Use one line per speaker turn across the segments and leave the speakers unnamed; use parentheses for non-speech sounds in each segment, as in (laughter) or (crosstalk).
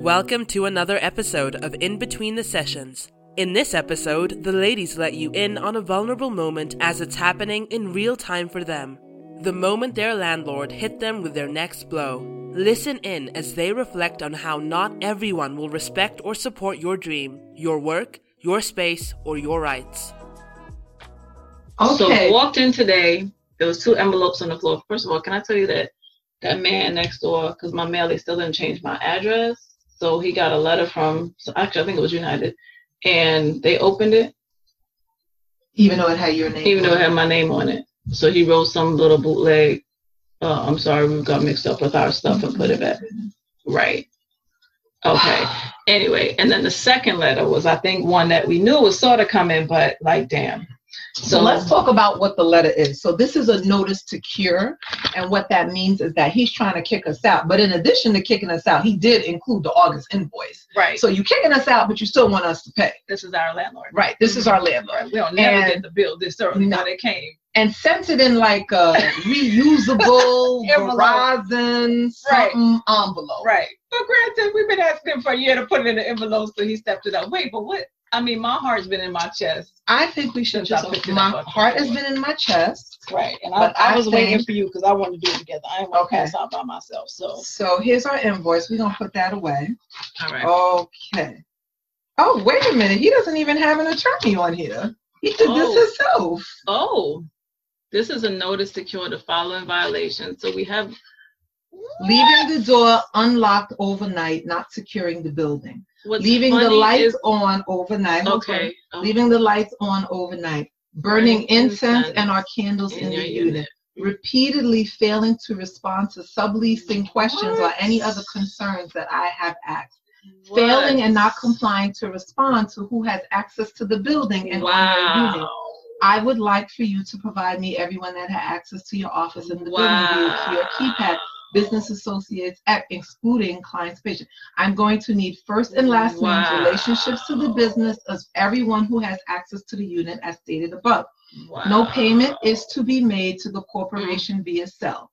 Welcome to another episode of In Between the Sessions. In this episode, the ladies let you in on a vulnerable moment as it's happening in real time for them. The moment their landlord hit them with their next blow. Listen in as they reflect on how not everyone will respect or support your dream, your work, your space, or your rights.
Okay.
So walked in today. There was two envelopes on the floor. First of all, can I tell you that that man next door, because my mail they still didn't change my address, so he got a letter from. So actually, I think it was United, and they opened it,
even though it had your name.
even though it had my name on it. So he wrote some little bootleg. Uh, I'm sorry, we got mixed up with our stuff and put it back. Right.
(sighs)
Okay. Anyway, and then the second letter was, I think, one that we knew was sort of coming, but like, damn.
So let's talk about what the letter is. So this is a notice to cure, and what that means is that he's trying to kick us out. But in addition to kicking us out, he did include the August invoice.
right.
So you're kicking us out, but you still want us to pay.
this is our landlord.
Right. This is our landlord,
Right. We don't never
And-
get the bill this early. Now they came.
and sent it in like a
(laughs)
reusable
Envelope.
Verizon
Right.
something envelope.
Right. But granted, we've been asking for a year to put it in the envelope, so he stepped it up. Wait, but what? I mean, my heart's been in my chest.
I think we should
Since I
just.
picked it
My
up on
heart has
before.
been in my chest.
Right. And
But I think-
for you because I wanted to do it together. I didn't wanna
Okay.
out by myself. So.
So here's our invoice. We're gonna put that away.
All right.
Okay. Oh, wait a minute. He doesn't even have an attorney on here. He did
Oh.
this himself.
Oh, this is a notice to cure the following violation. So we have.
Leaving the door unlocked overnight, not securing the building.
What's
Leaving the
funny
lights
is-
on overnight. Hold on.
Okay. um,
Leaving the lights on overnight. Burning
Burning
incense
incense
and our candles in,
in your
the
unit.
unit. Repeatedly failing to respond to subleasing questions or
What?
any other concerns that I have asked.
What?
Failing and not complying to respond to who has access to the building and on your unit.
Wow.
I would like for you to provide me everyone that had access to your office in the building via key or keypad, business associates, ex- excluding clients, patient. I'm going to need first and last
Wow.
names, relationships to the business of everyone who has access to the unit as stated above.
Wow.
No payment is to be made to the corporation
Mm-hmm.
via Zelle.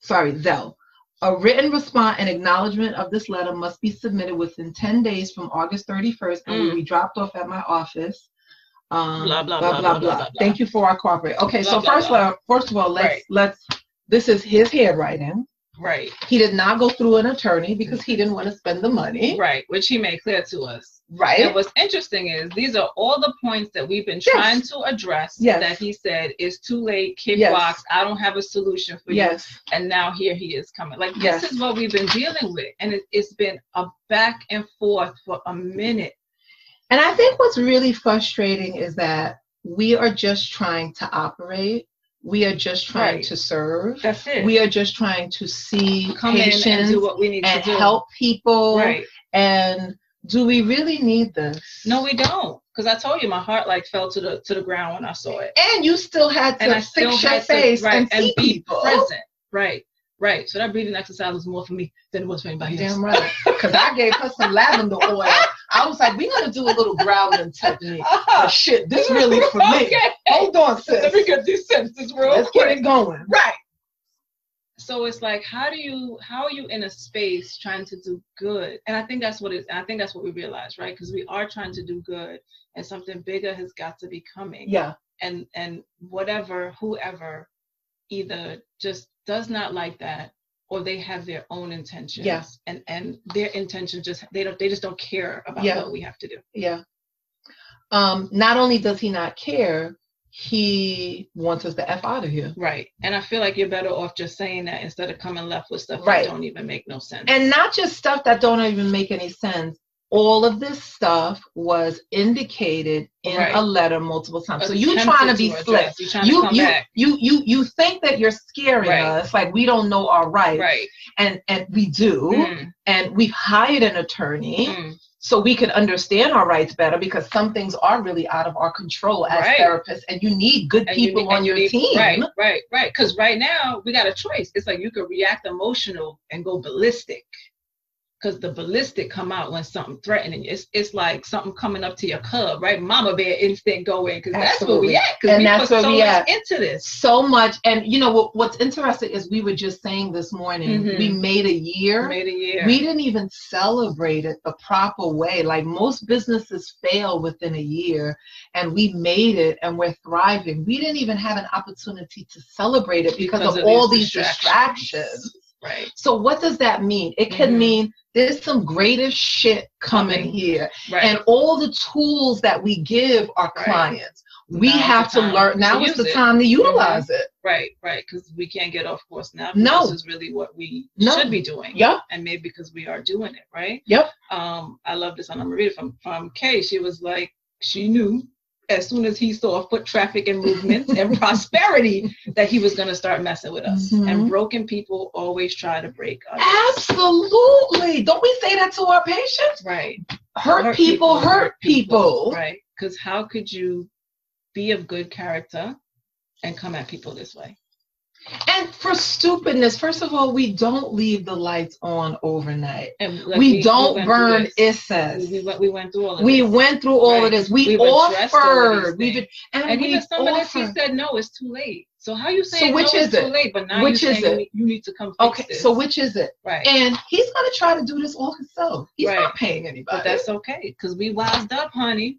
Sorry, Zelle. A written response and acknowledgement of this letter must be submitted within 10 days from August 31st and will
Mm.
be dropped off at my office. Um,
Blah, blah, blah, blah, blah, blah.
Thank you for our cooperation. Okay,
Blah,
so
blah,
first,
blah.
of all- first of all, let's
Right.
let's. This is his handwriting.
Right.
He did not go through an attorney because he didn't want to spend the money.
Right. Which he made clear to us.
Right.
And what's interesting is these are all the points that we've been
Yes.
trying to address
Yes.
that he said is too late, kick
Yes.
rocks, I don't have a solution for you.
Yes.
And now here he is coming. Like
Yes.
this is what we've been dealing with. And it, it's been a back and forth for a minute.
And I think what's really frustrating is that we are just trying to operate. We are just trying
Right.
to serve.
That's it.
We are just trying to see
come
patients
in and
and,
do what we need to do.
help people.
Right.
And do we really need this?
No, we don't. Because I told you my heart like fell to the to the ground when I saw it.
and you still had
And I
to
still
fix your
had to-
face
right,
and
and
see
be
people.
Present. Right. Right. So that breathing exercise was more for me than it was for anybody else.
Oh, Damn right. Because I gave her some lavender oil. I was like, we're gonna do a little growling technique. Oh, shit, this really for me.
Uh, Okay.
Hold on,
Let me
sis.
get these sentences real
Let's
quick.
get it going.
Right. So it's like, how do you, how are you in a space trying to do good? And I think that's what it, I think that's what we realize, right? Because we are trying to do good, and something bigger has got to be coming.
Yeah.
And and whatever, whoever, either just does not like that, or they have their own intentions.
Yeah.
And and their intention just they don't they just don't care about
Yeah.
what we have to do.
Yeah. Um, not only does he not care, he wants us the F out of here.
Right. And I feel like you're better off just saying that instead of coming left with stuff
Right.
that don't even make no sense.
And not just stuff that don't even make any sense. All of this stuff was indicated in
Right.
a letter multiple times. So you trying to be slick.
You trying to
You
come
you,
back.
you you you think that you're scaring
Right.
us like we don't know our rights.
Right.
And and we do.
Mm,
And we've hired an attorney
mm,
so we can understand our rights better because some things are really out of our control as
Right.
therapists and you need good
and you
people
need-
on
and you
your
need-
team.
Right, right, right. Because right now we got a choice. It's like you could react emotional and go ballistic, because the ballistic come out when something threatening. It's it's like something coming up to your cub, right? Mama bear instinct go in because that's where
Absolutely.
we at. Because
And
we
that's
put
where
so
we
much
at.
into this.
so much and you know what what's interesting is we were just saying this morning
Mhm.
we made a year
Made a year.
we didn't even celebrate it the proper way like most businesses fail within a year and we made it and we're thriving we didn't even have an opportunity to celebrate it because, of, all these distractions
Right.
so what does that mean it can
Mhm.
mean there's some greater shit coming
Coming.
here
Right.
and all the tools that we give our
Right.
clients we
Now's the
have to
time
learn now
to
is
use
the
it. Mm-hmm.
time to utilize it
right. Right. Because we can't get off course now.
No.
This is really what we
No.
should be doing.
Yep.
and maybe because we are doing it, right?
Yep.
Um, I love this, and I'm gonna read it from from Kay. She was like, she knew as soon as he saw foot traffic and
(laughs)
movements and prosperity that he was gonna start messing with us. And
Mhm.
broken people always try to break us.
Ah! Absolutely. Don't we say that to our patients?
Right.
Hurt, people, hurt people.
Right. Because how could you be of good character and come at people this way?
And for stupidness, first of all, we don't leave the lights on overnight.
And like,
we, don't
went through
burn
this.
isses.
We, we, went, we went through all of
We
this.
went through all
Right.
of this. We
We've addressed all of these
offered. We did, and,
And
we
even some of this, he
offered.
said, no, it's too late. So how you saying
which
no,
is
it's too
it?
late, but now
Which
you're
is
saying
it?
you need to come fix
Okay,
this.
so which is it?
right.
And he's gonna try to do this all himself. He's
Right.
not paying anybody.
but that's okay, because we wised up, honey.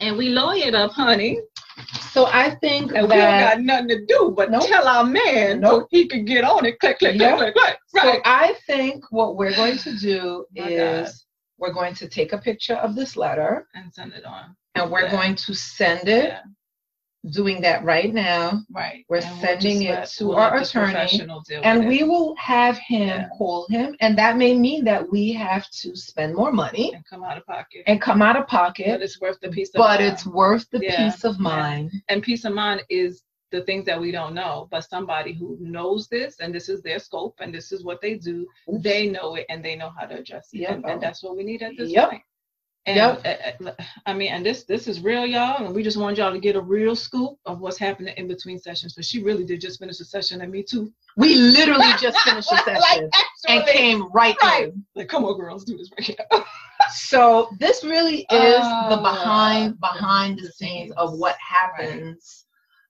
And we lawyered up, honey.
so I think
And we don't
that
got nothing to do but
Nope.
tell our man so
Nope.
he can get on it. Click, click,
Yeah.
click, click, click.
So
Right. Oh
I think what we're going to do
My God.
is we're going to take a picture of this letter
and send it on.
and we're
Yeah.
going to send it,
Yeah.
doing that right now.
Right.
We're
And we'll
sending
just
it
let
to
who
our
let the
attorney,
professional deal
And
with
we
it
will have him
Yeah.
call him. And that may mean that we have to spend more money
and come out of pocket.
and come out of
but
pocket,
it's worth the piece of
but
mind.
it's worth the
Yeah.
peace of mind.
and peace of mind is the things that we don't know but somebody who knows this and this is their scope and this is what they do
Oops.
they know it and they know how to address it
Yep.
and, and that's what we need at this
Yep.
point and uh, uh, i mean and this this is real y'all and we just want y'all to get a real scoop of what's happening in between sessions so she really did just finish a session and me too
we literally just finished the
(laughs) Like,
session and
actually.
came right
Right.
in.
like come on girls do this right here
So this really is the
Ah.
behind behind the scenes of what happens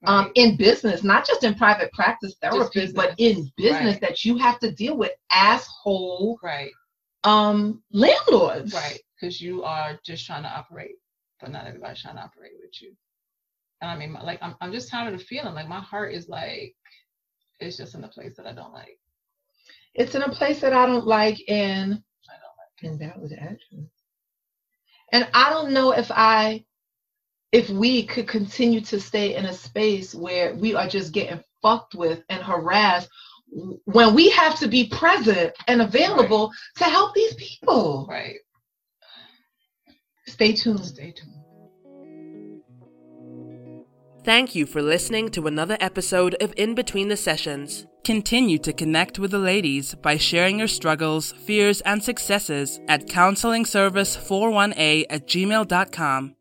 um,
Right.
in business, not just in private practice therapy,
business.
but in business
Right.
that you have to deal with asshole
right
um, landlords.
Right, because you are just trying to operate, but not everybody's trying to operate with you. And I mean, my- like, I'm, I'm just tired of the feeling. Like, my heart is like, it's just in a place that I don't like.
It's in a place that I don't like, and
I don't
and that was action. And I don't know if I, if we could continue to stay in a space where we are just getting fucked with and harassed w- when we have to be present and available to help these people.
like. Right.
Stay tuned.
Stay tuned.
Thank you for listening to another episode of In Between the Sessions. Continue to connect with the ladies by sharing your struggles, fears, and successes at counselingservice41a at gmail.com.